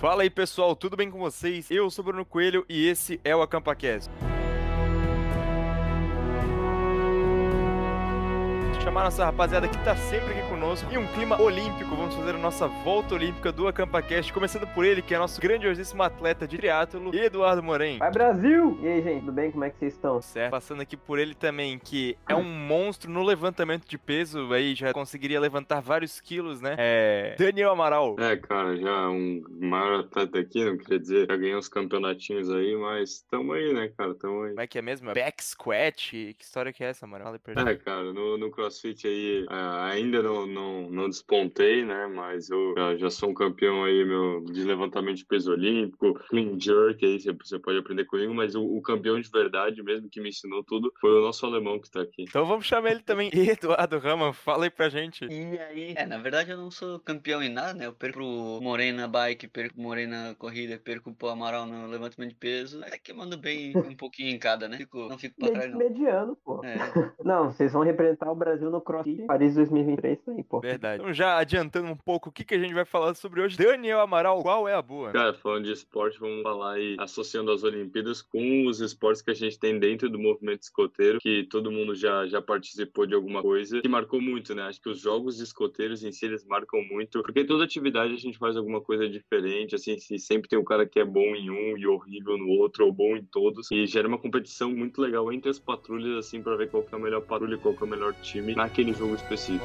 Fala aí pessoal, tudo bem com vocês? Eu sou Bruno Coelho e esse é o AcampaCast. Chamar nossa rapaziada que tá sempre aqui conosco em um clima olímpico. Vamos fazer a nossa volta olímpica do AcampaCast, começando por ele, que é nosso grandiosíssimo atleta de triatlo, Eduardo Moren. Vai Brasil! E aí, gente, tudo bem? Como é que vocês estão? Certo. Passando aqui por ele também, que é um monstro no levantamento de peso, aí já conseguiria levantar vários quilos, né? É. Daniel Amaral. É, cara, já um maior atleta aqui, não queria dizer, já ganhei uns campeonatinhos aí, mas tamo aí, né, cara, tamo aí. Como é que é mesmo? É Back Squat? Que história que é essa, mano? Fala aí pra gente. É, cara, no, no CrossFit aí ah, ainda não, não, não despontei, né, mas eu já, já sou um campeão aí, meu, de levantamento de peso olímpico, clean jerk aí, você- você pode aprender comigo, mas o, o campeão de verdade mesmo que me ensinou tudo foi o nosso alemão que tá aqui. Então vamos chamar ele também. Eduardo Raman, fala aí pra gente. E aí? É, na verdade eu não sou campeão em nada, né? Eu perco pro Morena bike, perco pro Morena corrida, perco pro Amaral no levantamento de peso. É que eu mando bem um pouquinho em cada, né? Fico- não fico pra trás, Med- não. mediano, pô. É, Não, vocês vão representar o Brasil no CrossFit Paris 2023 também, pô. Verdade. Então já adiantando um pouco o que, que a gente vai falar sobre hoje. Daniel Amaral, qual é a boa? Cara, falando de esporte, vamos falar aí, associando as Olimpíadas com os esportes que a gente tem dentro do movimento escoteiro, que todo mundo já, já participou de alguma coisa, que marcou muito, né? Acho que os jogos de escoteiros em si, eles marcam muito, porque toda atividade a gente faz alguma coisa diferente, assim, se sempre tem um cara que é bom em um e horrível no outro, ou bom em todos, e gera uma competição muito legal entre as patrulhas, assim, pra ver qual que é a melhor patrulha, qual que é o melhor time naquele jogo específico.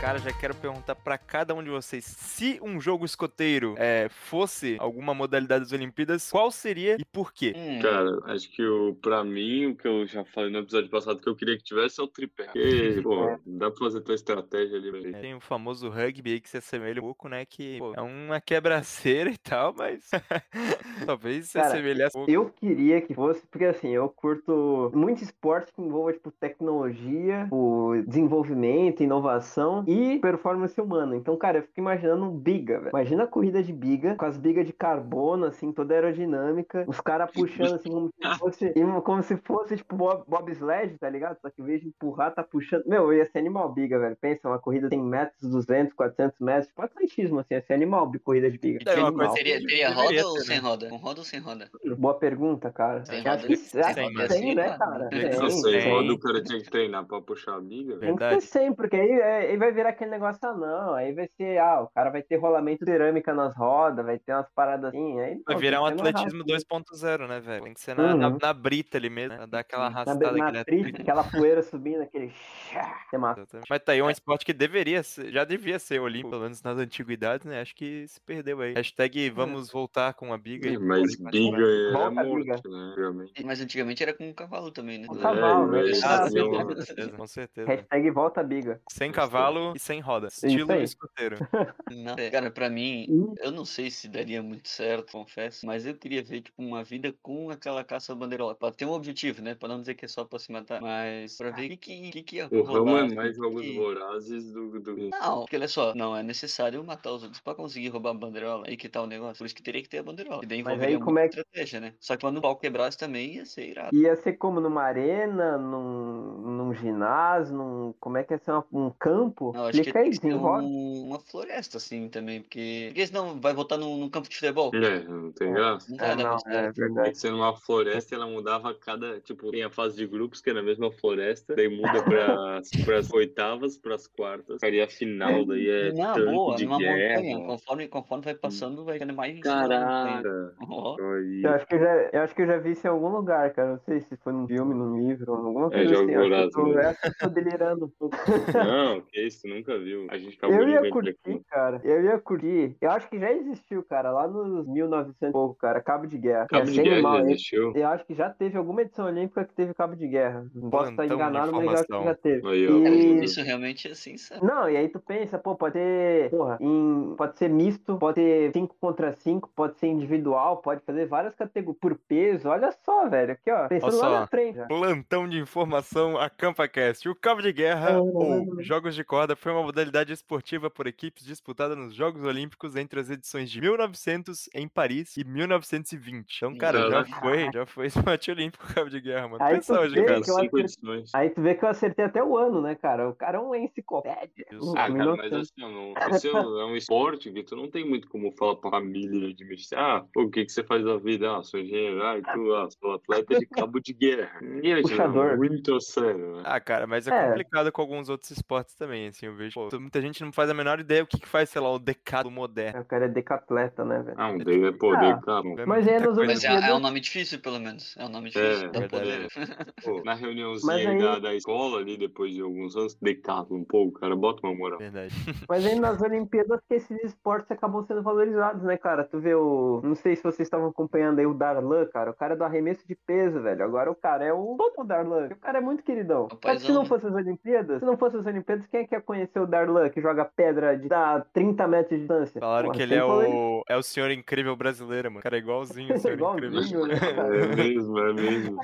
Cara, já quero perguntar pra cada um de vocês: se um jogo escoteiro é, fosse alguma modalidade das Olimpíadas, qual seria e por quê? Hum, Cara, acho que o, pra mim, o que eu já falei no episódio passado que eu queria que tivesse é o tripé. Porque, pô, dá pra fazer tua estratégia ali, velho. É, Tem o famoso rugby aí que se assemelha um pouco, né? Que pô, é uma quebraceira e tal, mas talvez se Cara, assemelhasse um pouco. Eu queria que fosse, porque assim, eu curto muito esporte que envolva, tipo, tecnologia, o desenvolvimento, inovação e performance humana. Então, cara, eu fico imaginando um biga, velho. Imagina a corrida de biga, com as bigas de carbono, assim, toda aerodinâmica, os caras puxando, assim, como se fosse, como se fosse tipo, bob, bobsled, tá ligado? Só que em vez de empurrar, tá puxando. Meu, ia ser animal biga, velho. Pensa, uma corrida de 100 metros, 200, 400 metros, tipo atletismo, assim, ia ser animal, bi- corrida de biga. É uma coisa- Animal. Teria, teria Deveria roda ter, ou né? sem roda? Com roda ou sem roda? Boa pergunta, cara. Sem Acho roda, que sem acho que roda, tem, sem né, roda. cara? Tem Tem. Eu sei, tem. quando o cara tinha que treinar pra puxar a biga, velho. Tem que Verdade. ser sempre, porque aí, é, aí vai virar aquele negócio, ah, não. Aí vai ser, ah, o cara vai ter rolamento de cerâmica nas rodas, vai ter umas paradas assim. Aí, não, Vai virar um tem que ser na raça. atletismo 2.0, né, velho? Tem que ser na, Uhum. na- na brita ali mesmo, né? Dar aquela Na, arrastada na que ele atriz, aquela poeira subindo, aquele. chá, Você mata. Exatamente. Mas tá aí um esporte que deveria ser, já devia ser olímpico, pelo menos nas antiguidades, né? Acho que se perdeu aí. Hashtag vamos voltar com a biga. e- Mas biga é Volta, morte, né? Realmente. Mas antigamente era com um cavalo também, né? Com É, Cavalo, né? mas Ah, Ah, não- sim, com certeza, com certeza. Hashtag volta biga. Sem cavalo e sem roda. Isso Estilo aí. escoteiro. Não, é, cara, pra mim, Hum. eu não sei se daria muito certo, confesso, mas eu queria ver, tipo, uma vida com aquela caça bandeirola, pra ter um objetivo, né? Pra não dizer que é só pra se matar, mas Tá. pra ver o que, que, que, que ia O ramo rolar, é assim, mais que jogos que- vorazes do, do... Não, porque olha só, não é necessário matar os outros pra conseguir roubar a banderola. Aí que tá o negócio. Por isso que teria que ter a banderola. E daí Mas envolveria aí como muita é que- estratégia, né? Só que quando o pau quebrasse também ia ser irado. Ia ser como numa arena, num, num ginásio, num. Como é que ia ser uma- um campo? Não, acho que Explica aí, tem que ser desenvolve. um- uma floresta, assim, também, porque. Porque senão vai voltar num, num campo de futebol. É, não tem graça. Não É, vai dar não, muito é certo. verdade. Sendo uma floresta, ela mudava a cada. Tipo, tem a fase de grupos, que é na mesma floresta. Daí muda pras, pras oitavas, pras quartas. Cara, e a final daí é Na tanque boa, de numa guerra. né? montanha. Conforme, conforme vai passando, vai tendo mais. né? Caraca! Ó, Então Aí. Eu acho, que eu, já, eu acho que eu já vi isso em algum lugar, cara. Não sei se foi num filme, num livro, alguma coisa Jogos assim. Eu acho, que eu tô, Vorazes, né? eu acho que eu tô delirando um pouco. Não, que isso, nunca viu. A gente acabou Eu de ia ver curtir, aqui. cara. Eu ia curtir. Eu acho que já existiu, cara, lá nos 1900 e pouco, cara. Cabo de guerra. Cabo Ia de ser guerra animal, já hein? existiu. Eu acho que já teve alguma edição olímpica que teve cabo de guerra. Não Posso Plantão estar de enganado, mas eu acho que informação. já teve. Aí, ó. E- Isso realmente é assim, sabe? Não, e aí tu pensa, pô, pode ser, porra, em- pode ser misto, pode ser 5 contra 5, pode ser individual, pode fazer várias categorias por peso. Olha só, velho, aqui, ó, pensando Olha só. lá na frente. já. Plantão de informação, a CampaCast. O Cabo de Guerra Ah, Não, não, não, ou Jogos de Corda foi uma uma modalidade esportiva por equipes disputada nos Jogos Olímpicos entre as edições de 1900 em Paris e 1920. Então, cara, já Caraca. foi, já foi esporte olímpico, cabo de guerra, mano. Aí Pensa tu hoje, vê cara. Cara, que eu acho cinco que- edições. Aí tu vê que eu acertei até o ano, né, cara? O cara é uma enciclopédia. Isso. Ah, cara, mas 1900. assim, não, esse é um é um esporte que tu não tem muito como falar pra família de mexer. Ah, pô, o que que você faz da vida? Ah, sou engenheiro, ah, e tu, ah, sou atleta de cabo de guerra. Ninguém vai te levar Puxador. é muito sério, né? Ah, cara, mas é, É. complicado com alguns outros esportes também, assim, eu vejo. pô, muita gente não faz a menor ideia o que, que faz, sei lá, o decado moderno. né, O cara é decatleta, né, velho? Ah, um dedo é poder, cara. Mas é muita nos coisa. assim, Mas é, é um nome difícil, pelo menos. É um nome difícil. dá verdade. poder. Pô, na reuniãozinha Mas aí aí- da, da escola ali, depois de alguns anos, decado um pouco, cara, bota uma moral. é Verdade. Mas aí nas Olimpíadas que esses esportes acabam sendo valorizados, né, cara? Tu vê o. Não sei se vocês estavam acompanhando aí o Darlan, cara. O cara é do arremesso de peso, velho. Agora o cara é o dono do Darlan. O cara é muito queridão. É o Mas paizão, se não né? fosse as Olimpíadas, se não fosse as Olimpíadas, quem é que ia conhecer o Darlan que joga pedra de dá 30 metros de distância? Falaram Porra, que ele sem é valorização, o, é o senhor incrível brasileiro, mano. Cara, é igualzinho o senhor incrível. Igualzinho, né, cara? É mesmo, é mesmo.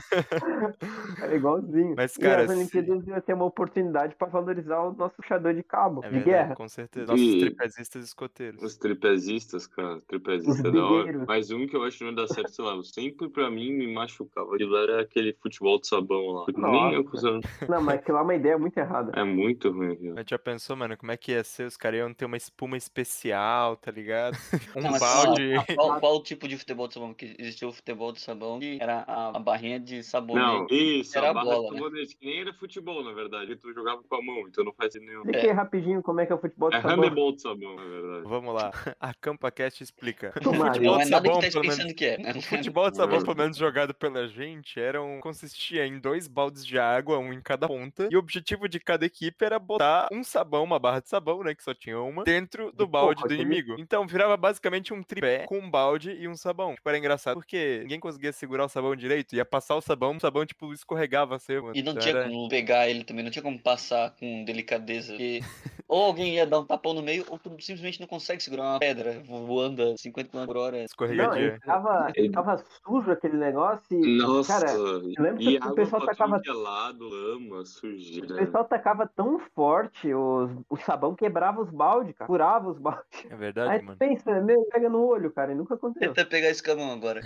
É igualzinho. Mas, e cara, as Olimpíadas iam ter uma oportunidade pra valorizar o nosso puxador de cabo, É de verdade, guerra. com certeza. De- Nossos trapezistas escoteiros. Os tripezistas, cara, Os tripezista é da hora. bigueiros. Mas um que eu acho que não dá certo, sei lá, eu sempre pra mim me machucava. Aquilo era aquele futebol de sabão lá. Nem eu consigo. Não, mas aquilo é uma ideia muito errada. É muito ruim aquilo. Mas já pensou, mano, como é que ia ser? Os caras iam ter uma espuma especial, tá ligado? Não, Um mas qual- balde. Qual, qual o tipo de futebol de sabão? Porque existia o futebol de sabão que era a, a barrinha de Não, sabonete. isso, Era a barra bola, de sabonete, que nem era futebol, na verdade. Tu jogava com a mão, então não fazia nenhum. Explica aí rapidinho como é que é o futebol É de sabão. handebol de sabão, na verdade. Vamos lá. A CampaCast explica. Tomara. Futebol Não de é nada sabão, que tá pelo menos. pensando que é. Né? Futebol de sabão, pelo menos jogado pela gente, era um- consistia em dois baldes de água, um em cada ponta, e o objetivo de cada equipe era botar um sabão, uma barra de sabão, né, que só tinha uma, dentro do De balde coco, do assim. aquele- inimigo. Então virava basicamente um tripé com um balde e um sabão. Tipo, era engraçado porque ninguém conseguia segurar o sabão direito, ia passar o sabão, o sabão, tipo, escorregava assim, mano. E não Então tinha era- como pegar ele também, não tinha como passar com delicadeza. Porque ou alguém ia dar um tapão no meio, ou tu simplesmente não consegue segurar uma pedra voando a 50 km por É. hora. Não, Escorregadia. ele tava, ele tava sujo aquele negócio e Nossa, Cara, lembra e que o água pessoal pra tacava- tudo que é lado, lama, o sujeira. pessoal tacava tão forte, os, o sabão quebrava os baldes, cara. Furava os baldes. É Aí verdade, tu mano. pensa, meu, pega no olho, cara, e nunca aconteceu. Tenta pegar esse camão agora.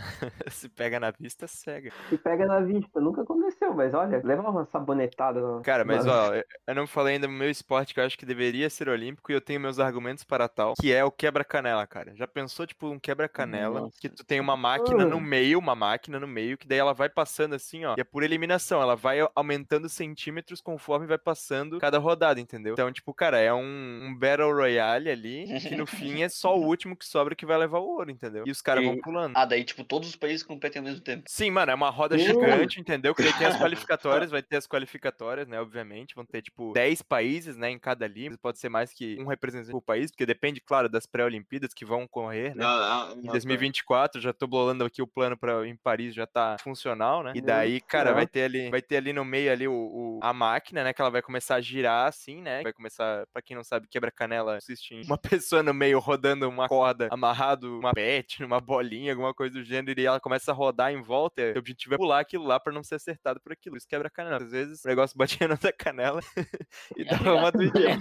Se pega na vista, cega. E pega na vista, nunca aconteceu, mas olha, leva uma sabonetada. na- Cara, mas na- ó, eu- eu não falei ainda do meu esporte que eu acho que deveria ser olímpico e eu tenho meus argumentos para tal, que é o quebra-canela, cara. Já pensou, tipo, um quebra-canela Nossa. que tu tem uma máquina no Hum. meio, uma máquina no meio, que daí ela vai passando assim, ó, e é por eliminação, ela vai aumentando centímetros conforme vai passando cada rodada, entendeu? Então, tipo, cara, é um, um Battle Royale ali, que no fim é só o último que sobra que vai levar o ouro, entendeu? E os caras vão Sim. pulando. Ah, daí tipo, todos os países competem ao mesmo tempo. Sim, mano, é uma roda Hum. gigante, entendeu? Que daí tem as qualificatórias, vai ter as qualificatórias, né? Obviamente, vão ter, tipo, 10 países, né, em cada liga. Pode ser mais que um representante por país, porque depende, claro, das pré-Olimpíadas que vão correr, né? Ah, ah, Em ah, 2024, já tô bolando aqui o plano para em Paris já tá funcional, né? E Meu daí, Deus do cara, céu. vai ter ali, vai ter ali no meio ali o, o- a máquina, né, que ela vai começar a girar assim, né? Vai começar, pra quem não sabe, quebra-canela consiste em uma pessoa no meio rodando uma corda, amarrado uma pet, uma bolinha, alguma coisa do gênero e ela começa a rodar em volta. e O objetivo é pular aquilo lá pra não ser acertado por aquilo. Isso quebra-canela. Às vezes o negócio batia na outra canela e dava uma doidinha.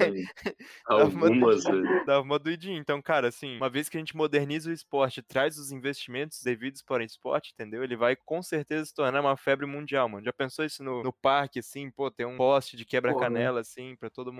ah, Algumas vezes. Dava uma doidinha. Então, cara, assim, uma vez que a gente moderniza o esporte, traz os investimentos devidos para o esporte, entendeu? Ele vai com certeza se tornar uma febre mundial, mano. Já pensou isso no, no parque, assim, pô, ter um poste de né? quebra-canela, assim, pra todo mundo.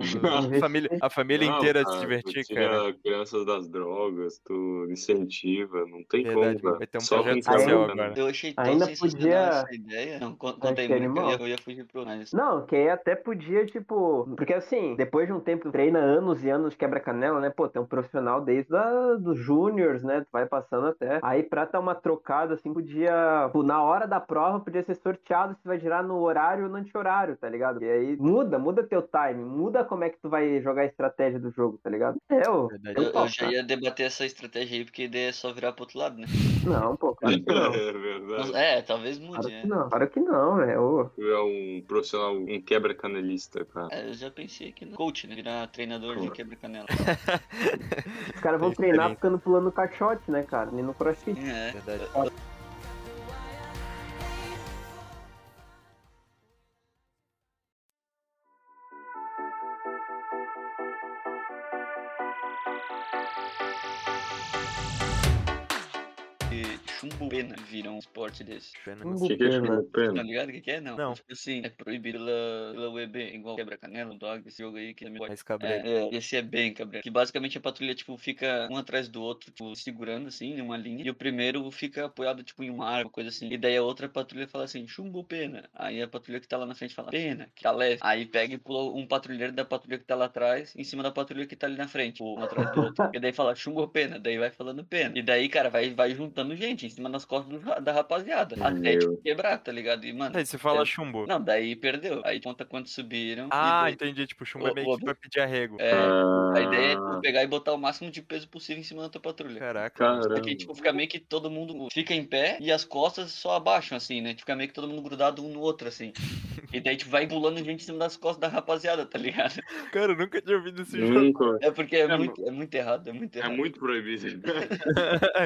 A família, a família Não, inteira Ah, cara, se divertir, tu tira cara. crianças das drogas, tu incentiva, não tem Verdade, como, cara. vai ter um Só né? com projeto com social criança, agora. Eu achei tão É. Ainda sensacional podia- essa ideia. Não, con- conta aí, que é mano, que eu animal. ia, eu ia fugir pro análise. Não, que aí até podia, tipo. Porque assim, depois de um tempo, tu treina anos e anos de quebra-canela, né? Pô, tem um profissional desde a, dos júniors, né? Tu vai passando até. Aí, pra dar uma trocada, assim, podia. Tipo, na hora da prova, podia ser sorteado se vai girar no horário ou no anti-horário, tá ligado? E aí muda, muda teu time, muda como é que tu vai jogar a estratégia do jogo, tá ligado? É, ô. Verdade. Eu, eu topo, já cara. ia debater essa estratégia aí, porque a ideia é só virar pro outro lado, né? Não, pô, claro que não. É verdade. Mas, é, talvez Claro mude, né? que não, claro que não, né? Ô. Tu é um profissional, um quebra-canelista, cara. É, eu já pensei que no coach, né? Virar treinador de quebra-canela. Os caras É vão Tem treinar experiência. ficando pulando caixote, né, cara? Nem no crossfit. É. Verdade. que chumbo-pena viram um esporte desse. Pena. Hum. Achei que é Pena. chumbo pena. Tá ligado o que, que é? Não. Não. Tipo assim, é proibido pela, pela UEB, igual quebra-canela, dog, esse jogo aí que também pode. Mas cabreiro. É, é, esse é bem cabreiro. Que basicamente a patrulha, tipo, fica um atrás do outro, tipo, segurando, assim, em uma linha. E o primeiro fica apoiado, tipo, em uma árvore, coisa assim. E daí a outra patrulha fala assim, chumbo pena. Aí a patrulha que tá lá na frente fala, pena, que tá leve. Aí pega e pula um patrulheiro da patrulha que tá lá atrás, em cima da patrulha que tá ali na frente, tipo, um atrás do outro. E daí fala, chumbo pena. Daí vai falando pena. E daí, cara, vai, vai juntando gente em cima das costas do ra- da rapaziada. Até, Meu. tipo, quebrar, tá ligado? E, mano, Aí você fala É. chumbo. não, daí perdeu. Aí conta quantos subiram. Ah, e daí- entendi. Tipo, chumbo O- é meio o- que pra pedir arrego. é, Ah, a ideia é tu pegar e botar o máximo de peso possível em cima da tua patrulha. Caraca. mano. Caramba. Porque, tipo, fica meio que todo mundo fica em pé e as costas só abaixam, assim, né? Fica meio que todo mundo grudado um no outro, assim. E daí, tipo, vai pulando gente em cima das costas da rapaziada, tá ligado? Cara, eu nunca tinha ouvido esse jogo. Nunca. É porque é, É, muito, é muito errado, é muito É errado. muito proibido.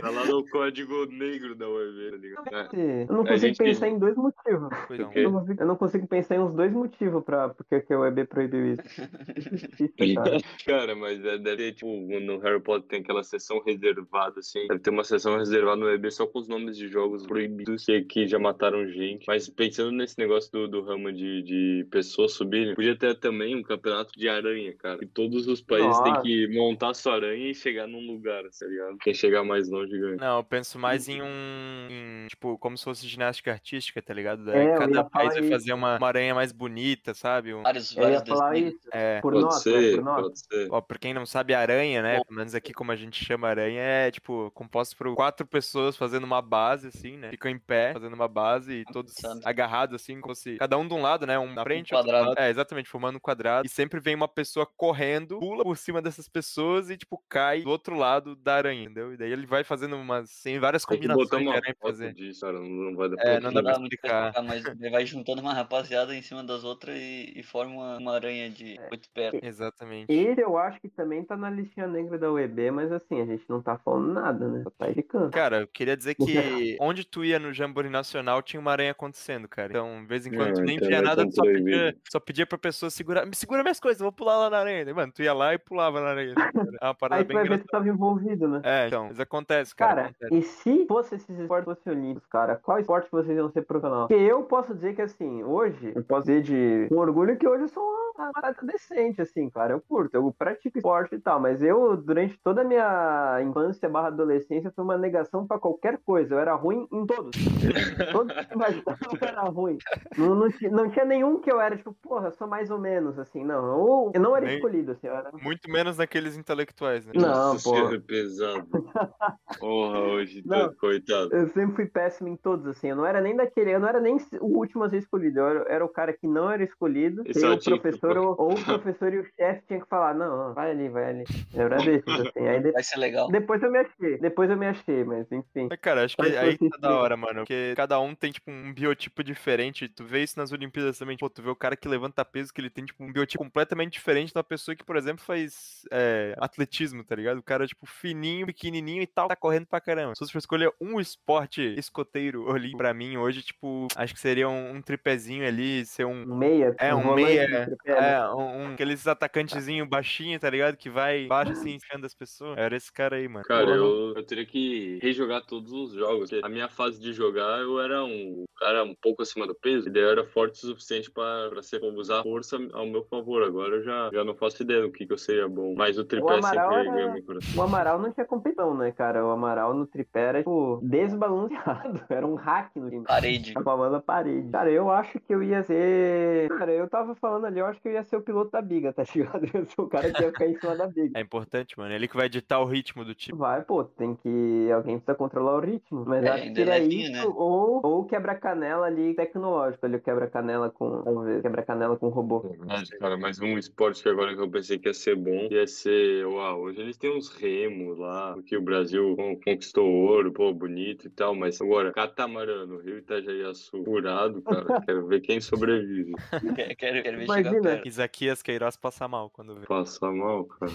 tá lá no código negro da UEB, tá ligado? É. Eu não A consigo gente- pensar em dois motivos. Coisa não. quê? Eu não, consigo, eu não consigo pensar em uns dois motivos pra porque que a UEB proibiu isso. é. Difícil, cara. Cara, mas é, deve ter, tipo, no Harry Potter tem aquela sessão reservada, assim. Deve ter uma sessão reservada no EB só com os nomes de jogos proibidos que, que já mataram gente. Mas pensando nesse negócio do, do ramo de, de pessoas subirem, podia ter também um campeonato de aranha, cara. E todos os países têm Nossa. que montar sua aranha e chegar num lugar, tá ligado? Quem chegar mais longe ganha. Não, eu penso mais em um. em, tipo, como se fosse ginástica artística, tá ligado? Daí É, eu cada ia país falar vai isso. fazer uma, uma aranha mais bonita, sabe? Um- Vários, Eu vários ia falar desenhos. isso. é. Por pode nós, né? ser, Por nós. pode ser. Ó, pra quem não sabe, aranha, né? Pelo menos aqui como a gente chama aranha, é tipo, composto por quatro pessoas fazendo uma base, assim, né? Ficam em pé, fazendo uma base e todos Pensando. agarrados, assim, como se. Cada um de um lado, né? Um na frente, outro do quadrado. lado. É, exatamente, formando um quadrado. E sempre vem uma pessoa correndo, pula por cima dessas pessoas e, tipo, cai do outro lado da aranha, entendeu? E daí ele vai fazendo umas. Tem várias Tem que botar combinações de uma aranha pra foto fazer. disso, cara. Não, não vai dar É, não dá pra muito explicar. mas ele vai juntando uma rapaziada em cima das outras e, e forma uma, uma aranha de É. oito pernas. Exatamente. Ele eu acho que também tá na listinha negra da UEB, mas assim, a gente não tá falando nada, né? Só tá indicando. Cara, eu queria dizer que onde tu ia no Jamboree Nacional tinha uma aranha acontecendo, cara. Então, de vez em quando, tu É, nem então via não é nada, tão tu só pedia, proibido. só pedia pra pessoa segurar. Me segura minhas coisas, eu vou pular lá na aranha. Daí, Mano, tu ia lá e pulava na aranha. É uma parada Aí tu bem vai ver engraçada. que tu tava envolvido, né? É, então, mas acontece, cara. Cara, acontece. e se fosse esses esportes fossem olímpicos, cara, qual esporte vocês iam ser profissional? Porque eu posso dizer que, assim, hoje, eu posso dizer de com orgulho que hoje eu sou uma atleta decente, assim, cara, eu curto, eu pratico esporte e tal, mas eu, durante toda a minha infância barra adolescência, foi uma negação pra qualquer coisa, eu era ruim em todos. todos que imaginavam eu era ruim. Não, não, ti- não tinha nenhum que eu era, tipo, porra, eu sou mais ou menos, assim, não. Ou eu não era Nem- escolhido, assim, eu era... Muito menos naqueles intelectuais, né? Não, Nossa pô. senhora, é pesado. Porra, hoje, tô- Não. coitado. Eu sempre fui péssimo em todos, assim. Eu não era nem daquele, eu não era nem o último a ser escolhido. Eu era, era o cara que não era escolhido. Esse e é o o típico. professor, ou, ou o professor e o chefe tinham que falar: não, ó, vai ali, vai ali. Eu era desses, assim. Aí de- Vai ser legal. depois eu me achei, depois eu me achei, mas enfim. Mas, É, Cara, acho que Mas aí foi tá da sentido. hora, mano. Porque cada um tem, tipo, um biotipo diferente. Tu vê isso nas Olimpíadas também. Pô, tu vê o cara que levanta peso, que ele tem, tipo, um biotipo completamente diferente da pessoa que, por exemplo, faz é, atletismo, tá ligado? O cara, tipo, fininho, pequenininho e tal, tá correndo pra caramba. Se você for escolher um esporte escoteiro olímpico pra mim hoje, tipo, acho que seria um, um tripézinho ali, ser um. Um meia. É, um volante, meia, um tripé, né? É, um, um- aqueles atacantezinho baixinho, tá ligado? Que vai baixo assim, enfiando as pessoas. Era esse cara aí, mano. Cara, Porra. eu, eu teria que rejogar todos os jogos. porque A minha fase de jogar, eu era um cara um pouco acima do peso. E daí eu era forte o suficiente pra, pra ser, pra usar a força ao meu favor. Agora eu já, já não faço ideia do que, que eu seria bom. Mas o O tripé Amaral sempre era- ganha meu coração. O Amaral não tinha competição, né, cara? O Amaral no tripé era, tipo, desbalanceado. Era um hack no time. Parede. A famosa parede. Cara, eu acho que eu ia ser. Cara, eu tava falando ali, eu acho que eu ia ser o piloto da biga, tá ligado? Eu sou o cara que ia ficar em cima da biga. É importante, mano. Ele que vai ditar o ritmo do time. Vai, pô, tem que. Alguém precisa controlar o ritmo. Mas É, acho que ainda seria levinho, isso. né? Ou, ou quebra-canela ali tecnológico. Ali o quebra-canela com. Vamos ver, quebra-canela com Uhum. robô. Verdade, cara, mas um esporte que agora que eu pensei que ia ser bom ia ser. Uau, hoje eles têm uns remos lá, porque o Brasil con- conquistou ouro, pô, bonito e tal, mas agora, catamarã no Rio Itajaí Açu, furado, cara, quero ver quem sobrevive. Quero, quero ver chegar Imagina, né? Isaquias Queiroz passa mal quando vê. Passa mal, cara.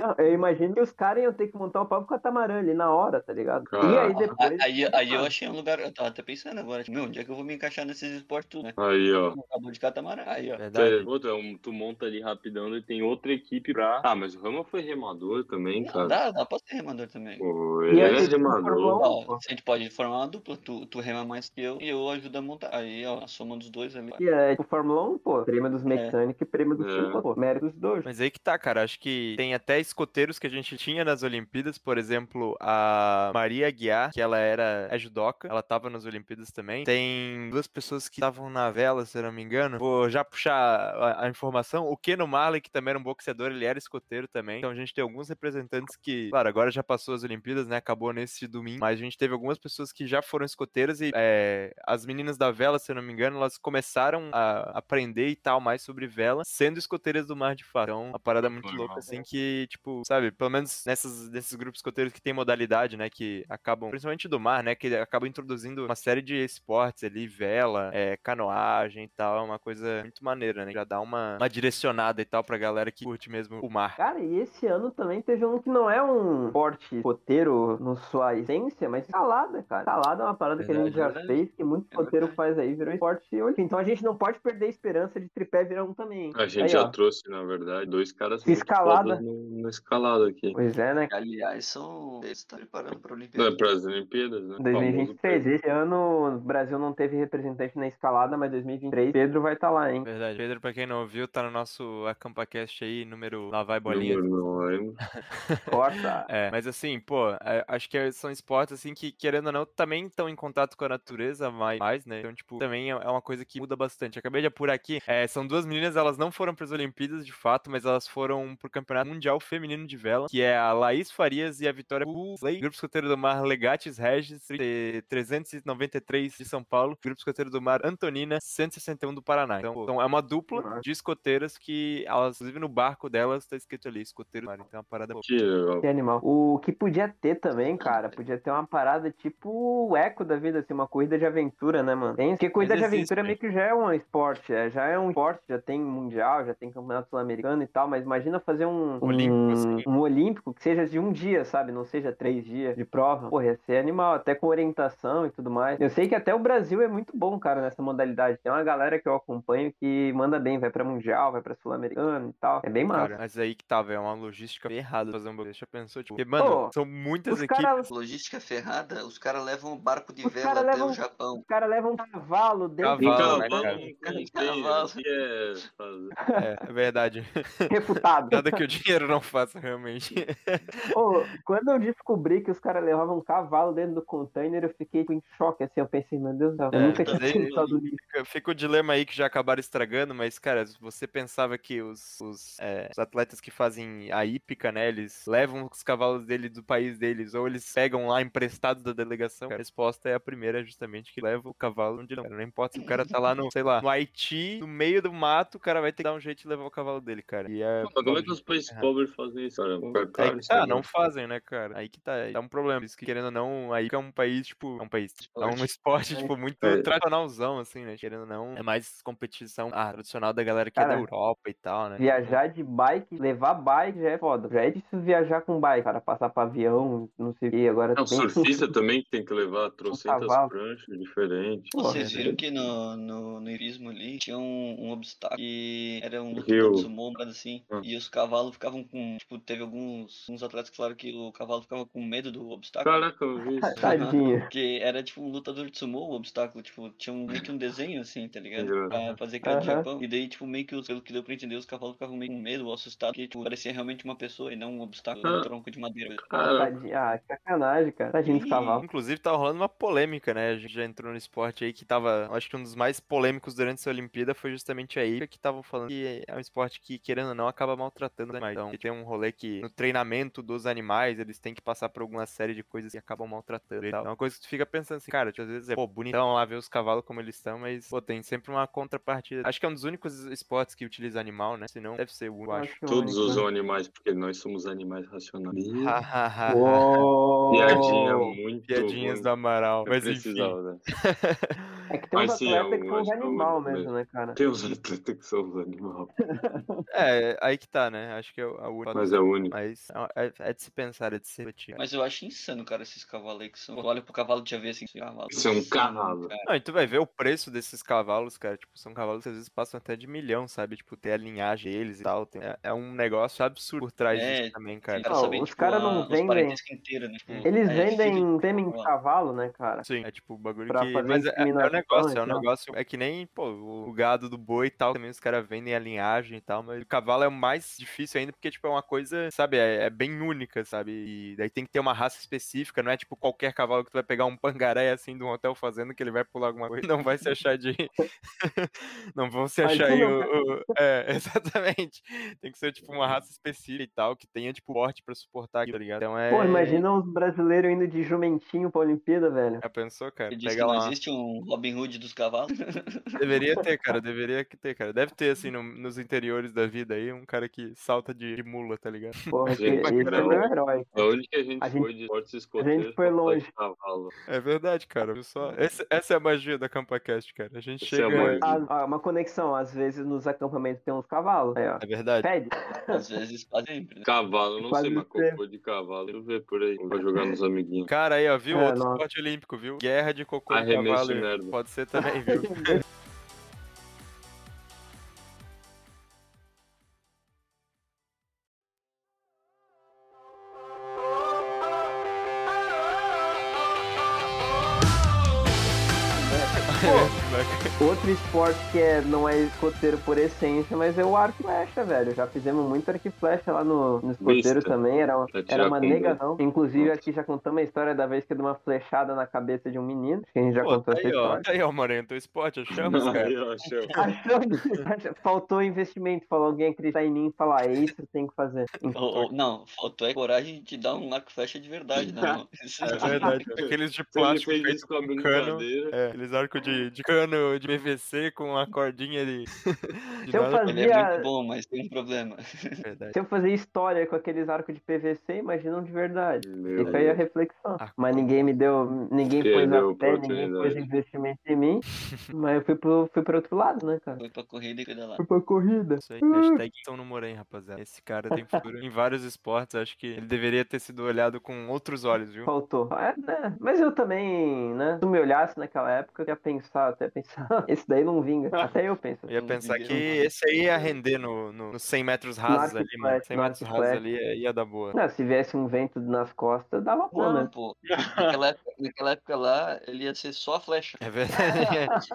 Não, Ah, eu imagino que os caras iam ter que montar o papo com a Tamarã ali na hora, tá ligado? E aí Caraca. depois. Aí, aí eu achei um lugar, eu tava até pensando agora, tipo, meu, onde é que eu vou me encaixar nesses esportes tudo, né? Aí, ó. Acabou de catamarã, aí, ó. Verdade. Pô, tu, é um- tu monta ali rapidão e tem outra equipe pra. Ah, mas o Rama foi remador também, Não, cara. dá, dá pra ser remador também. Pô, E ele aí, é eles remador. formam- Ó, a gente pode formar uma dupla, tu, tu rema mais que eu e eu ajudo a montar. Aí, ó, a soma dos dois né, ali. E é tipo Fórmula 1, pô. Prêmio É. dos mecânicos e prêmio dos É. pilotos, pô. Mérito dos dois. Mas aí que tá, cara. Acho que tem até escoteiros que a gente tinha nas Olimpíadas. Por exemplo, a Maria Guiar, que ela era é judoca. Ela tava nas Olimpíadas também. Tem duas pessoas que estavam na vela, se eu não me engano. Vou já puxar a, a informação. O Keno Marley, que também era um boxeador, ele era escoteiro também. Então a gente tem alguns representantes que, claro, agora já passou as Olimpíadas, né? Acabou nesse domingo. Mas a gente teve algumas pessoas que já foram escoteiras e é, as meninas da vela, se eu não me engano, elas começaram a aprender e tal mais sobre vela, sendo escoteiras do mar de fato. Então, uma parada muito Legal. louca, assim, que, tipo, sabe, pelo menos nessas, nesses grupos escoteiros que tem modalidade, né, que acabam, principalmente do mar, né, que acabam introduzindo uma série de esportes ali, vela, é, canoagem e tal, é uma coisa muito maneira, né, já dá uma, uma direcionada e tal pra galera que curte mesmo o mar. Cara, e esse ano também teve um que não é um forte roteiro no sua essência, mas escalada, cara. Escalada é uma parada que a Verdade, gente já verdade. fez, que muito É roteiro verdade. faz aí, virou esporte olímpico. Então a gente não pode perder a esperança de tripé virar um também. hein? A gente Aí, já ó. trouxe, na verdade, dois caras Escalada. fodas no, no escalado aqui. Pois é, né? Aliás, são. Eles estão preparando pra Não, Olimpíada. é para as Olimpíadas, Tá né? 2023. Esse ano o Brasil não teve representante na escalada, mas 2023 Pedro vai estar lá, hein? Verdade. Pedro, pra quem não ouviu, tá no nosso AcampaCast aí, número Lá Vai Bolinha. Número não é? lembro. Corta. É, mas assim, pô, é, acho que são esportes assim que, querendo ou não, também estão em contato com a natureza mais, mais, né? Então, tipo, também é é uma coisa que muda bastante. Acabei de apurar aqui, é, são duas meninas, elas não foram para as Olimpíadas de fato, mas elas foram pro Campeonato Mundial Feminino de Vela, que é a Laís Farias e a Vitória Pulsley, Grupo Escoteiro do Mar Legates Regis, tre- 393 de São Paulo, Grupo Escoteiro do Mar Antonina, 161 do Paraná. Então, pô, então é uma dupla Nossa. de escoteiras que, elas, inclusive no barco delas, tá escrito ali, escoteiro do mar. Então é uma parada boa. Que legal. Que animal. O que podia ter também, cara, podia ter uma parada tipo o eco da vida, assim, uma corrida de aventura, né, mano? Tem, porque corrida Mas de existe, aventura né? meio que já é um esporte, é, já é um esporte, já tem mundial, já tem campeonato sul-americano e tal, mas imagina fazer um, um- Olímpico, assim. um olímpico que seja de um dia, sabe? Não seja três dias de prova. Porra, ia ser animal, até com orientação e tudo mais. Eu sei que até o Brasil é muito bom, cara, nessa modalidade. Tem uma galera que eu acompanho que manda bem, vai pra mundial, vai pra sul-americano e tal. É bem massa. Cara, mas aí que tá, velho. É uma logística errada fazer um bagulho. Deixa eu pensar, tipo. Porque, mano, Ô, são muitas Os equipes. caras Logística ferrada, os caras levam o barco de Os vela cara até levam- o Japão. Os caras levam um cavalo dentro Cavalo, do né, campo. um cara? que Cavalo. é fazer. É, é verdade. refutado. Nada que o dinheiro não faça, realmente. Ô, quando eu descobri que os caras levavam um cavalo dentro do container, eu fiquei em choque, assim, eu pensei, meu Deus, do céu, eu É, nunca tinha mas aí- pensado nisso. Fica- Fica o dilema aí que já acabaram estragando, mas, cara, você pensava que os, os, é, os atletas que fazem a hípica, né? Eles levam os cavalos dele do país deles, ou eles pegam lá emprestados da delegação. A resposta é a primeira, justamente, que leva o cavalo onde não. Cara, não importa se o cara tá lá no, sei lá, no Haiti, no meio do mato, o cara vai ter que dar um jeito de levar o cavalo dele, cara. E é. Mas como é que os países errado. pobres fazem isso, cara? Fica Aí caro que isso tá, aí, não né? fazem, né, cara? Aí que tá, aí dá um problema. Isso que querendo ou não, aí que é um país, tipo, é um país. É um esporte, tipo, muito É. tradicionalzão, assim, né? Querendo ou não, é mais competição ah, tradicional da galera que é da Cara, Europa e tal, né? Viajar de bike, levar bike já é foda. Já é difícil viajar com bike, cara. Passar pra avião, não sei o que. Agora É, o tem. surfista também que tem que levar trocentas cavalo. pranchas diferentes. Porra, Vocês né? viram que no, no, no irismo ali tinha um, um obstáculo que era um Rio. lutador de sumô, um braço assim, Ah. e os cavalos ficavam com, tipo, teve alguns uns atletas que falaram que o cavalo ficava com medo do obstáculo, Caraca, eu vi isso. Tá Tadinho. porque era tipo um lutador de sumô o obstáculo, tipo, tinha um, meio que um desenho assim, tá ligado? Engraçado. Pra fazer aquela de Aham. Japão, e daí, tipo, meio que, os- pelo que deu pra entender, os cavalos ficavam meio com medo ou assustados, porque, tipo, parecia realmente uma pessoa e não um obstáculo, Ah. um tronco de madeira. mesmo. Cara, Tadinho. Ah, que sacanagem, cara. Tadinho dos Ih. cavalos. Inclusive, tá rolando uma polêmica, né? A gente já entrou no esporte aí que tava. Acho que um dos mais polêmicos durante essa Olimpíada foi justamente aí que estavam falando que é um esporte que, querendo ou não, acaba maltratando animais. Então, tem um rolê que no treinamento dos animais eles têm que passar por alguma série de coisas que acabam maltratando. e tal. É uma coisa que tu fica pensando assim, cara, às vezes é pô, bonitão lá ver os cavalos como eles estão, mas pô, tem sempre uma contrapartida. Acho que é um dos únicos esportes que utiliza animal, né? Se não, deve ser o único, eu acho. todos usam animais, porque nós somos animais racionais. Ha, ha, ha, ha. Uou. Piadinha muito Piadinhas ruim. do Amaral. Eu Mas enfim. precisava, né? É que tem uns Mas sim, é atletas um- que são de acho que é um animal mesmo. mesmo, né, cara? Tem uns atletas que são os animais, É, aí que tá, né? Acho que é a única. mas é o único. Mas é, é de se pensar, é de se refletir. Mas eu acho insano, cara, esses cavalos aí que são. Olha pro cavalo de aveia assim, esse cavalo. Isso é um cavalo. Cara, Não, e tu vai ver o preço desses cavalos, cara. Tipo, são cavalos que às vezes passam até de milhão, sabe? Tipo, ter a linhagem deles e tal. tem- É, é um negócio absurdo por trás É, disso também, Os cara. Não, Então, os cara não os vendem- parentesco inteiro, né? Tipo, Eles é filho vendem um de- tema em Ó. cavalo, né, cara? Sim, é tipo o bagulho Pra que. fazer Mas é, é um inseminação negócio, é um e tal. negócio. É que nem, pô, o gado do boi e tal. Também os caras vendem a linhagem e tal. Mas o cavalo é o mais difícil ainda, porque, tipo, é uma coisa, sabe? É, é bem única, sabe? E daí tem que ter uma raça específica. Não é tipo qualquer cavalo que tu vai pegar um pangaré assim de um hotel fazendo que ele vai pular alguma coisa. Não vai se achar de. não vão se Mas achar aí não- o, o- É, exatamente. Tem que ser, tipo, uma raça específica e tal, que tenha, tipo, porte pra suportar aquilo, tá ligado? Então é. Pô, imagina os brasileiros indo de jumentinho pra Olimpíada, velho. Já pensou, cara? Ele disse Pega que lá. não existe um Robin Hood dos cavalos. né, Deveria ter, cara, deveria que ter, cara. Deve ter, assim, no- nos interiores da vida aí, um cara que salta de, de mula, tá ligado? Porra, que, Gente, esse é não. meu herói. Aonde que a gente A gente- foi de esportes a escoteiros? gente foi pra falar de longe. Cavalo. É verdade, cara. viu só? Esse- essa é a magia da CampaCast, cara. A gente Uhum. Essa é a chega. magia. Ah, ah, uma conexão, às vezes nos acampamentos tem uns cavalos. Aí, ó. É verdade. Pede. Às vezes, quase sempre, né? Cavalo, não Quase sei, mas sempre. cocô de cavalo. Eu ver por aí, pra jogar nos amiguinhos. Cara, aí, ó, viu? É, Outro nossa. esporte olímpico, viu? Guerra de cocô de Arremesso cavalo. de merda. Pode ser também, viu? Outro esporte que é, não é escoteiro por essência, mas é o arco e flecha, velho. Já fizemos muito arco e flecha lá no, no escoteiro Vista. também. Era, uma- Tá Pra tirar era uma com né? negação. Inclusive, Nossa. aqui já contamos a história da vez que eu dei uma flechada na cabeça de um menino. Acho que a gente já Pô, contou tá essa aí, ó. história. Tá aí, ó, Moreno. Teu esporte, achamos, cara. Aí, ó, achou. Achamos- Faltou investimento. Falou alguém acreditar em mim e falar: é isso que tem que fazer. Ou- ou- não, faltou é coragem de dar um arco e flecha de verdade, né? mano? Isso- É verdade. Aqueles de Se ele plástico fez feito isso com a com cano. brincadeira, É, aqueles arcos de, de cano de PVC com a cordinha de. de Se eu nada, Ele é Fazia- muito bom, mas tem um problema. é verdade. Se eu fazer história com aqueles arcos de PVC, imaginam um de verdade. Meu Fica aí é a Deus. reflexão. Ah, Mas ninguém me deu, ninguém Que pôs deu a fé, ninguém pôs oportunidade. investimento em mim. Mas eu fui pro, fui pro outro lado, né, cara? Foi pra corrida e cuida lá. Fui pra corrida. Isso aí, hashtag são no Moren, rapaziada. Esse cara tem futuro em vários esportes. Acho que ele deveria ter sido olhado com outros olhos, viu? Faltou. É, né? Mas eu também, né? Se me olhasse naquela época, eu ia pensar, até pensar, esse daí não vinga. Até eu penso. Eu ia Não pensar que entendi um nada. esse aí ia render no, no, nos 100 metros rasos arco e ali, mano. flecha, 100 no metros arco e rasos flecha. ali é- ia dar boa. Não, se viesse um vento nas costas, dava bom, Não, né? pô. Naquela época, naquela época lá, ele ia ser só a flecha. É verdade.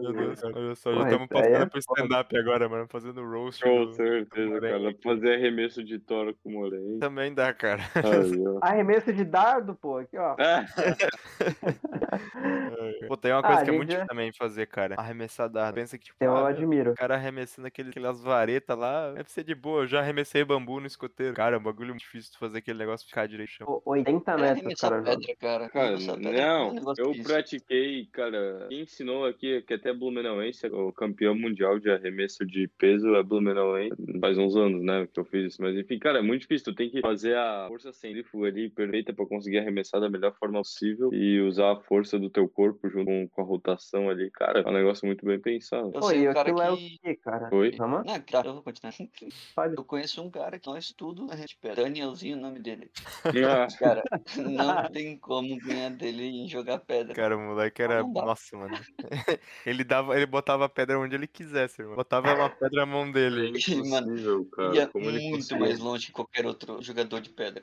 Meu Deus, cara, olha só, já Porra, estamos isso aí é passando pro stand-up agora, mano. Fazendo roast. Com do- certeza, cara. Fazer arremesso de toro com o Morei. Também dá, cara. Aí, ó. Arremesso de dardo, pô, aqui, ó. Ah, Pô, tem uma Ah, coisa que é gente, muito né? difícil também fazer, cara. Arremessar dardo. Pensa que, tipo, Eu ah, admiro. o cara arremessando aquele, aquelas varetas lá, deve ser de boa. Eu já arremessei bambu no escoteiro. Cara, é um bagulho muito difícil de fazer aquele negócio ficar direito no chão. O- 80 Era metros, arremessar né, cara. pedra, cara. Cara, Arremessar pedra é um tá não, negócio eu difícil. pratiquei, cara. Quem ensinou aqui, é que até Blumenauense, o campeão mundial de arremesso de peso é Blumenauense. Faz uns anos, né, que eu fiz isso. Mas enfim, cara, é muito difícil. Tu tem que fazer a força centrífuga ali perfeita pra conseguir arremessar da melhor forma possível e usar a força do teu corpo junto com- com a rotação ali. Cara, é um negócio muito bem pensado. Eu Pô, sei e um cara aquilo é o que- quê, cara? Oi? Chama? Não, cara, eu vou continuar. Pode. Eu conheço um cara que nós tudo a gente pega. é Danielzinho, o nome dele. Ah, Cara, não tem como ganhar dele em jogar pedra. Cara, o moleque era. Não dá. Nossa, mano. ele, dava, ele botava a pedra onde ele quisesse, mano. Botava uma pedra na mão dele. hein? impossível, cara. Ia Como ele é muito conseguiu? mais longe que qualquer outro jogador de pedra.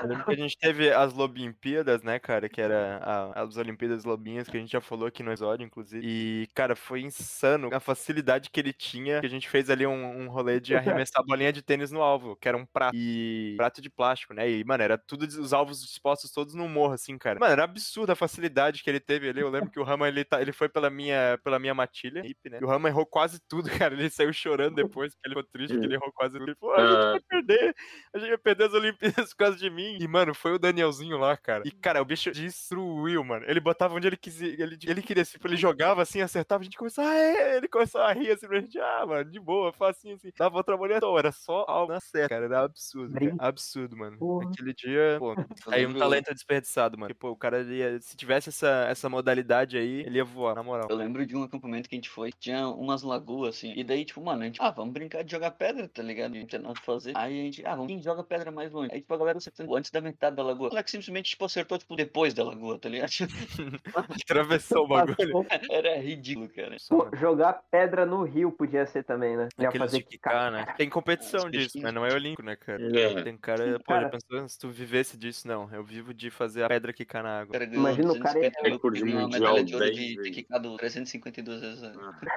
Eu lembro que a gente teve as Lobinpíadas, né, cara? Que era a- as Olimpíadas Lobinhas, que a gente já falou aqui no episódio, inclusive. E, cara, foi insano a facilidade que ele tinha. Que a gente fez ali um, um rolê de arremessar a bolinha de tênis no alvo, que era um prato. E prato de plástico, né? E, mano, era tudo des- os alvos dispostos todos no morro, assim, cara. Mano, era absurda a facilidade que ele teve ali. Eu lembro que o Rama, ele, tá- ele foi pela minha, pela minha matilha, equipe, né? E o Rama errou quase tudo, cara. Ele saiu chorando depois, porque ele ficou triste, porque ele errou quase tudo. Ele falou, a Ah, gente vai perder. A gente ia perder as Olimpíadas por causa de mim. E, mano, foi o Danielzinho lá, cara. E, cara, o bicho destruiu, mano. Ele ele botava onde ele quisia, ele, ele queria, tipo, ele jogava assim, acertava, a gente começava, "Aê!" ele começava a rir assim pra gente, ah, mano, de boa, facinho assim. Dava outra mulher, não, era só algo na certa, cara, era absurdo, cara, Bem- absurdo, mano. Porra. Aquele dia, pô, Eu aí um lembro- talento desperdiçado, mano. Tipo, o cara, ele ia, se tivesse essa, essa modalidade aí, ele ia voar, na moral. Eu lembro de um acampamento que a gente foi, tinha umas lagoas assim, e daí, tipo, mano, a gente, ah, vamos brincar de jogar pedra, tá ligado? Não tem nada pra fazer. Aí a gente, ah, vamos, quem joga pedra mais longe? Aí, tipo, a galera acertando antes da metade da lagoa. O Alex simplesmente, tipo, acertou, tipo, depois da lagoa, tá ligado? Atravessou o bagulho. Passou. Era ridículo, cara. Pô, jogar pedra no rio podia ser também, né? Então, Já Aqueles de quicar, né? Tem competição Os disso, peixinhos. mas não é olímpico, né, cara? É. Tem cara, pô, já Cara. pensou se tu vivesse disso? Não, eu vivo de fazer a pedra quicar na água. É. cara ganhou Imagina o cara 250 é mil, recorde ganhou uma mundial, medalha de ouro de bem, ter velho. quicado 352 vezes. né?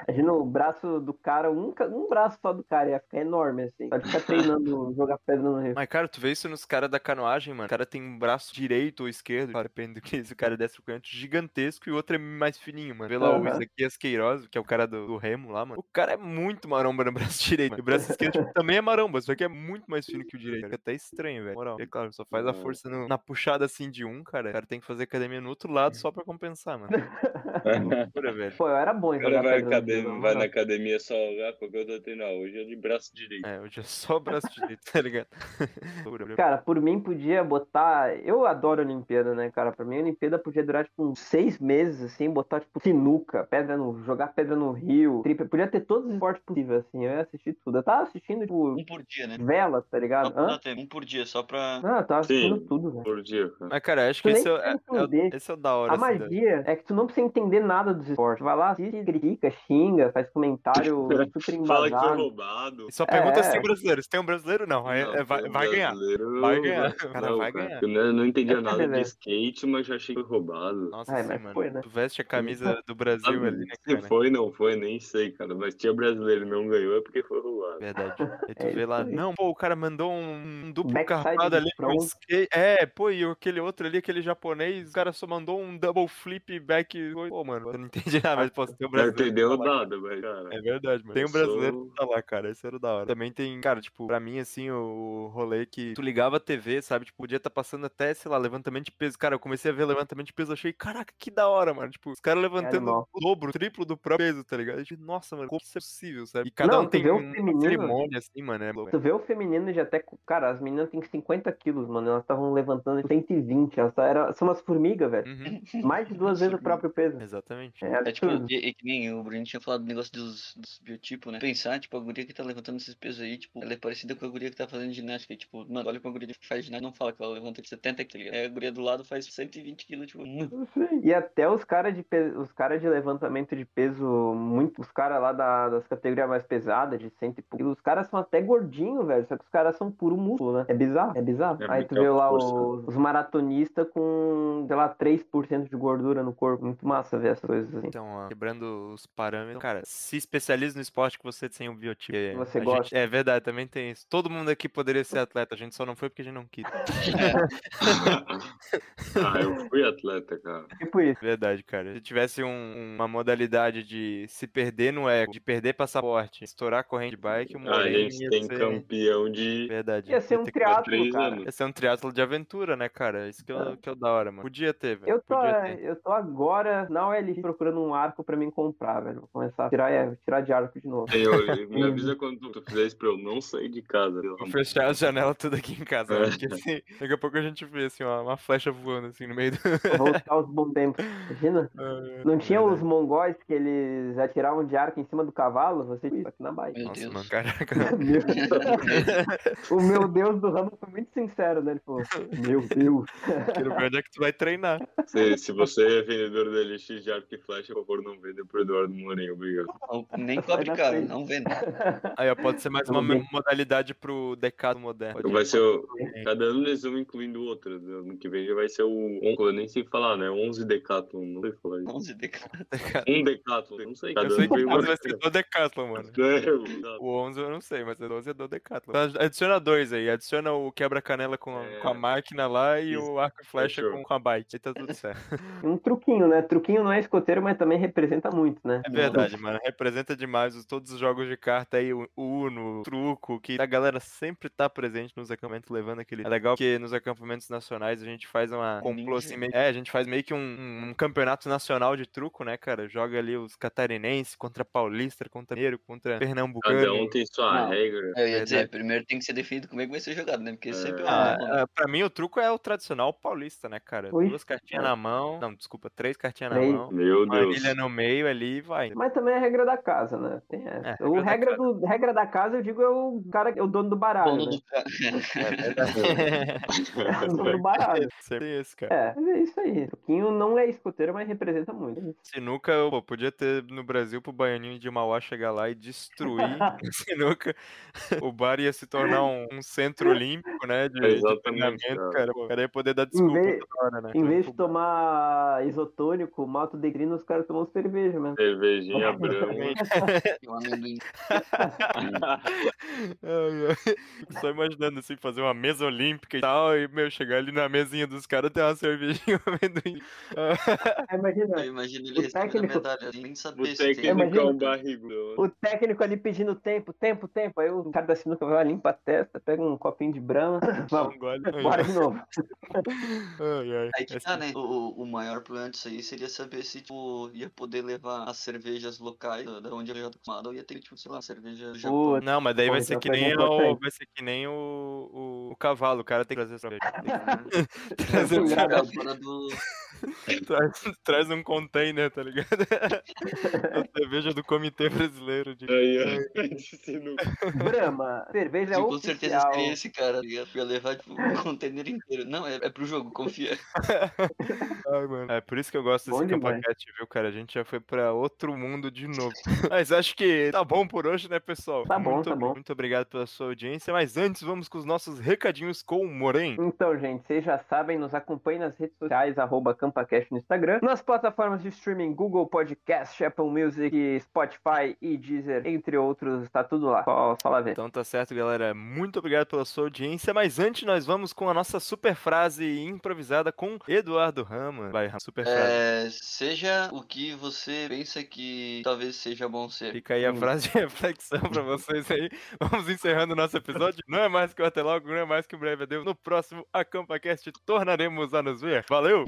Imagina o braço do cara, um, ca- um braço só do cara, ia ficar enorme, assim. Só de ficar treinando jogar pedra no rio. Mas, cara, tu vê isso nos caras da canoagem, mano. O cara tem um braço direito ou esquerdo, cara, depende do que isso. O cara desce o canto gigantesco e o outro é mais fininho, mano. Vê lá o Aham. Isaquias Queiroz, que é o cara do, do remo lá, mano. O cara é muito maromba no braço direito. mano. O braço esquerdo tipo, também é maromba, só que é muito mais fino que o direito. Fica até estranho, velho. Na Moral. E, é claro, só faz a Não. força no- na puxada assim de um, cara. O cara tem que fazer academia no outro lado só pra compensar, mano. Loucura, velho. Pô, eu era bom O em cara jogar vai, pedra no rio, academia, na vai na moral. academia só, ah, porque eu tô treinando, hoje é de braço direito. É, hoje é só o braço direito, tá ligado? Loucura. Cara, por mim podia botar. Eu adoro Olimpíada, né, cara? Pra mim, a Olimpíada podia durar, tipo, uns seis meses, assim, botar, tipo, sinuca, pedra no. jogar pedra no rio, tripa. Podia ter todos os esportes possíveis, assim. Eu ia assistir tudo. Eu tava assistindo, tipo, Um por dia, né? vela, tá Só ligado? pra Hã? dar tempo, um por dia, só pra. Não, eu tava Sim. assistindo tudo, velho. Por dia, cara. Mas, cara, eu acho que Tu nem esse é, o- é- precisa é o- entender. esse é o da hora. A assim, da- magia é que tu não precisa entender nada dos esportes. Vai lá, assiste, critica, xinga, faz comentário super Fala que foi embasado. roubado. E só pergunta É. se tem brasileiro. Se tem um brasileiro, não. Aí, Não, é, vai, pô, vai ganhar. brasileiro, né? Vai ganhar. O cara Não, vai cara, ganhar. Eu não, eu não entendia Vai nada de ganhar. skate, mas já achei que foi roubado. Nossa, Ai, sim, mas mano. foi, né? Tu veste a camisa do Brasil Então, Sabe, ali, né, se cara? foi, não foi, nem sei, cara. Mas tinha brasileiro e não ganhou, é porque foi roubado. Verdade. E tu É vê lá, isso aí. não, pô, o cara mandou um, um duplo Backside carpado de ali com front. skate. É, pô, e aquele outro ali, aquele japonês, o cara só mandou um double flip back. Pô, mano, eu não entendi nada, mas posso ter um Não brasileiro. que entendeu tá lá, nada, mas, cara. É verdade, mano. Tem Eu um brasileiro sou- que tá lá, cara. Esse era o da hora. Também tem, cara, tipo, pra mim, assim, o o rolê que tu ligava a TV, sabe? Tipo, podia estar passando até, sei lá, levantamento de peso. Cara, eu comecei a ver levantamento de peso, achei, caraca, que da hora, mano. Tipo, os caras levantando animal. o dobro, o triplo do próprio peso, tá ligado? Eu achei, nossa, mano, como isso é possível, sabe? E cada Não, um tu tem vê o uma feminino. cerimônia, assim, mano. É louco. Tu vê o feminino já até. co- Cara, as meninas têm 50 quilos, mano. Elas estavam levantando 120. Elas tá- era... são umas formigas, velho. Uhum, Mais de duas vezes o próprio peso. exatamente. É É tipo, absurdo. e, e que nem o Bruno tinha falado do negócio dos, dos biotipos, né? Pensar, tipo, a guria que tá levantando esses pesos aí, tipo, ela é parecida com a guria que tá fazendo ginástica. E, tipo, mano, olha pra uma guria que faz ginástica, não fala que ela levanta de 70 quilos. Aí a guria do lado faz 120 quilos, tipo, hum, E até os caras de pe- os cara de levantamento de peso, muito, os caras lá da- das categorias mais pesadas, de cento e pouco, quilos, os caras são até gordinhos, velho. Só que os caras são puro músculo, né? É bizarro, é bizarro. É Aí tu vê muita lá força. os, os maratonistas com, sei lá, 3% de gordura no corpo. Muito massa ver essas coisas assim. Então, ó, quebrando os parâmetros. Cara, se especialize no esporte que você tem o biotipo. É, você a gente- gosta. é verdade, também tem isso. Todo mundo aqui poderia ser atleta, a gente só não foi porque a gente não quis. É, ah, eu fui atleta, cara. Tipo isso. Verdade, cara. Se tivesse um- uma modalidade de se perder no eco, de perder passaporte, estourar corrente de bike, o A Moreno Ah, gente ia tem ser... campeão de Verdade. Ia ser um ter que- triatlo, três cara. anos. Ia ser um triatlo de aventura, né, cara? Isso que é, o- que é o da hora, mano. Podia ter, velho. Eu tô, é, Podia ter. eu tô agora na OLX procurando um arco pra mim comprar, velho. Vou começar a tirar, é, tirar de arco de novo. Ei, olha, me avisa quando tu, tu fizer isso pra eu não sair de casa. pelo Vou amor. fechar a janela tudo aqui em casa. né? É. Porque, assim, daqui a pouco a gente vê assim, ó, uma flecha voando assim no meio do. Voltar aos bons tempos. Imagina? É, Não tinha os mongóis que eles atiravam de arco em cima do cavalo? Você tipo, isso aqui na Bahia. meu Nossa, Deus. mano, caraca. Meu- o meu Deus do Ramo foi muito sincero, né? Ele falou, meu Deus. Quero ver onde é que tu vai treinar. Se, se você é vendedor da LX de arco e flecha, por favor, não venda pro Eduardo Moreira, obrigado. Ou Nem Sai cobre da caro, frente. não vendo. Aí, ó, pode ser mais Tá uma Vamos ver. modalidade pro decado moderno. Vai ser o- cada ano eles vão incluindo outra. né? Ano que vem já vai ser o. Um Eu nem sei falar, né? 11 Decathlon, não sei falar isso. 11 de cara. Um Decathlon, não sei. Eu Cada sei ano que vem o uma 11 vai ser outra. do Decathlon, mano. É, O 11 eu não sei, mas o 12 é do Decathlon. Então, Adiciona dois aí. Adiciona o quebra-canela com, a- É. com a máquina lá e Isso. o arco e flecha Fechou. com, com a bike. Aí tá tudo certo. Um truquinho, né? Truquinho não é escoteiro, mas também representa muito, né? É verdade, mano. Representa demais os, todos os jogos de carta aí, o Uno, o Truco, que a galera sempre tá presente nos acampamentos levando aquele. É legal porque nos acampamentos nacionais a gente faz uma complô Ninja. assim meio. É, a gente faz faz meio que um, um campeonato nacional de truco, né, cara? Joga ali os catarinenses contra paulista, contra mineiro, contra Cada pernambucano. um tem sua Não. regra. É, Eu ia Verdade. dizer, primeiro tem que ser definido como é que vai ser jogado, né? Porque sempre é Ah, uma bomba. ah, pra mim, o truco é o tradicional paulista, né, cara? Ui. Duas cartinhas na mão. Não, desculpa, três cartinhas Três. na mão. Meu Uma Deus. ilha no meio ali e vai. Mas também é a regra da casa, né? Tem essa. É, o regra regra, do, regra da casa, eu digo, é o cara, é o dono do baralho. Dono né? do ca- É o dono do baralho. Sempre isso, cara. É, mas é isso aí. Truquinho não é escoteiro, mas representa muito. Sinuca, pô, podia ter no Brasil pro baianinho de Mauá chegar lá e destruir a sinuca. O bar ia se tornar um, um centro olímpico, né? De, de Exatamente, treinamento, cara. cara. Pô, O cara ia poder dar desculpa vez- toda hora, Tá né? Em vez de tomar isotônico, malto de grino, os caras tomam cerveja, mano. Cervejinha branca. um amendoim. Ai, ai. Fico Só imaginando assim, fazer uma mesa olímpica e tal, e meu, chegar ali na mesinha dos caras, ter uma cervejinha um amendoim. É, imagina, Eu imagino O ele recebendo a técnico- medalha, nem saber O se tem. Imagina- técnico é um barrigudo. o técnico ali pedindo tempo, tempo, tempo. Aí o cara da sinuca vai lá, limpa a testa, pega um copinho de brama. Vamos, Um gole. bora de novo. Ai, ai. Aí que Essa- tá, né? O, o maior problema disso aí seria saber se, tipo, ia poder levar as cervejas locais da da onde eu já tô acostumado, ou ia ter, tipo, sei lá, cerveja do Japão. Puta, Não, mas daí Pô, vai essa ser, que foi nem muito o, importante. vai ser que nem o, o, o cavalo, o cara tem que trazer cerveja. tá é Mas Trazer o cerveja. grau- Jogar fora do- Traz, traz um container, tá ligado? A cerveja do Comitê Brasileiro de. Aí, ó. de sinuca. brama, cerveja é Tipo, com certeza oficial. seria esse cara. tá ligado? Ia levar, tipo, um container inteiro. Não, é, é pro jogo, confia. Ai, mano. É por isso que eu gosto desse Bom demais. CampaCat, viu, cara? A gente já foi pra outro mundo de novo. Mas acho que tá bom por hoje, né, pessoal? Tá bom, muito, tá bom. Muito obrigado pela sua audiência. Mas antes, vamos com os nossos recadinhos com o Moren. Então, gente, vocês já sabem, nos acompanhem nas redes sociais, arroba CampaCast no Instagram, nas plataformas de streaming Google Podcast, Apple Music, Spotify e Deezer, entre outros, tá tudo lá. Só, só lá ver. Então tá certo, galera. Muito obrigado pela sua audiência. Mas antes, nós vamos com a nossa super frase improvisada com Eduardo Rama. Vai, Rama, super frase. É, seja o que você pensa que talvez seja bom ser. Fica aí a Hum. frase de reflexão pra vocês aí. Vamos encerrando o nosso episódio. Não é mais que o Até Logo, não é mais que o Breve Adeus. No próximo AcampaCast tornaremos a nos ver. Valeu!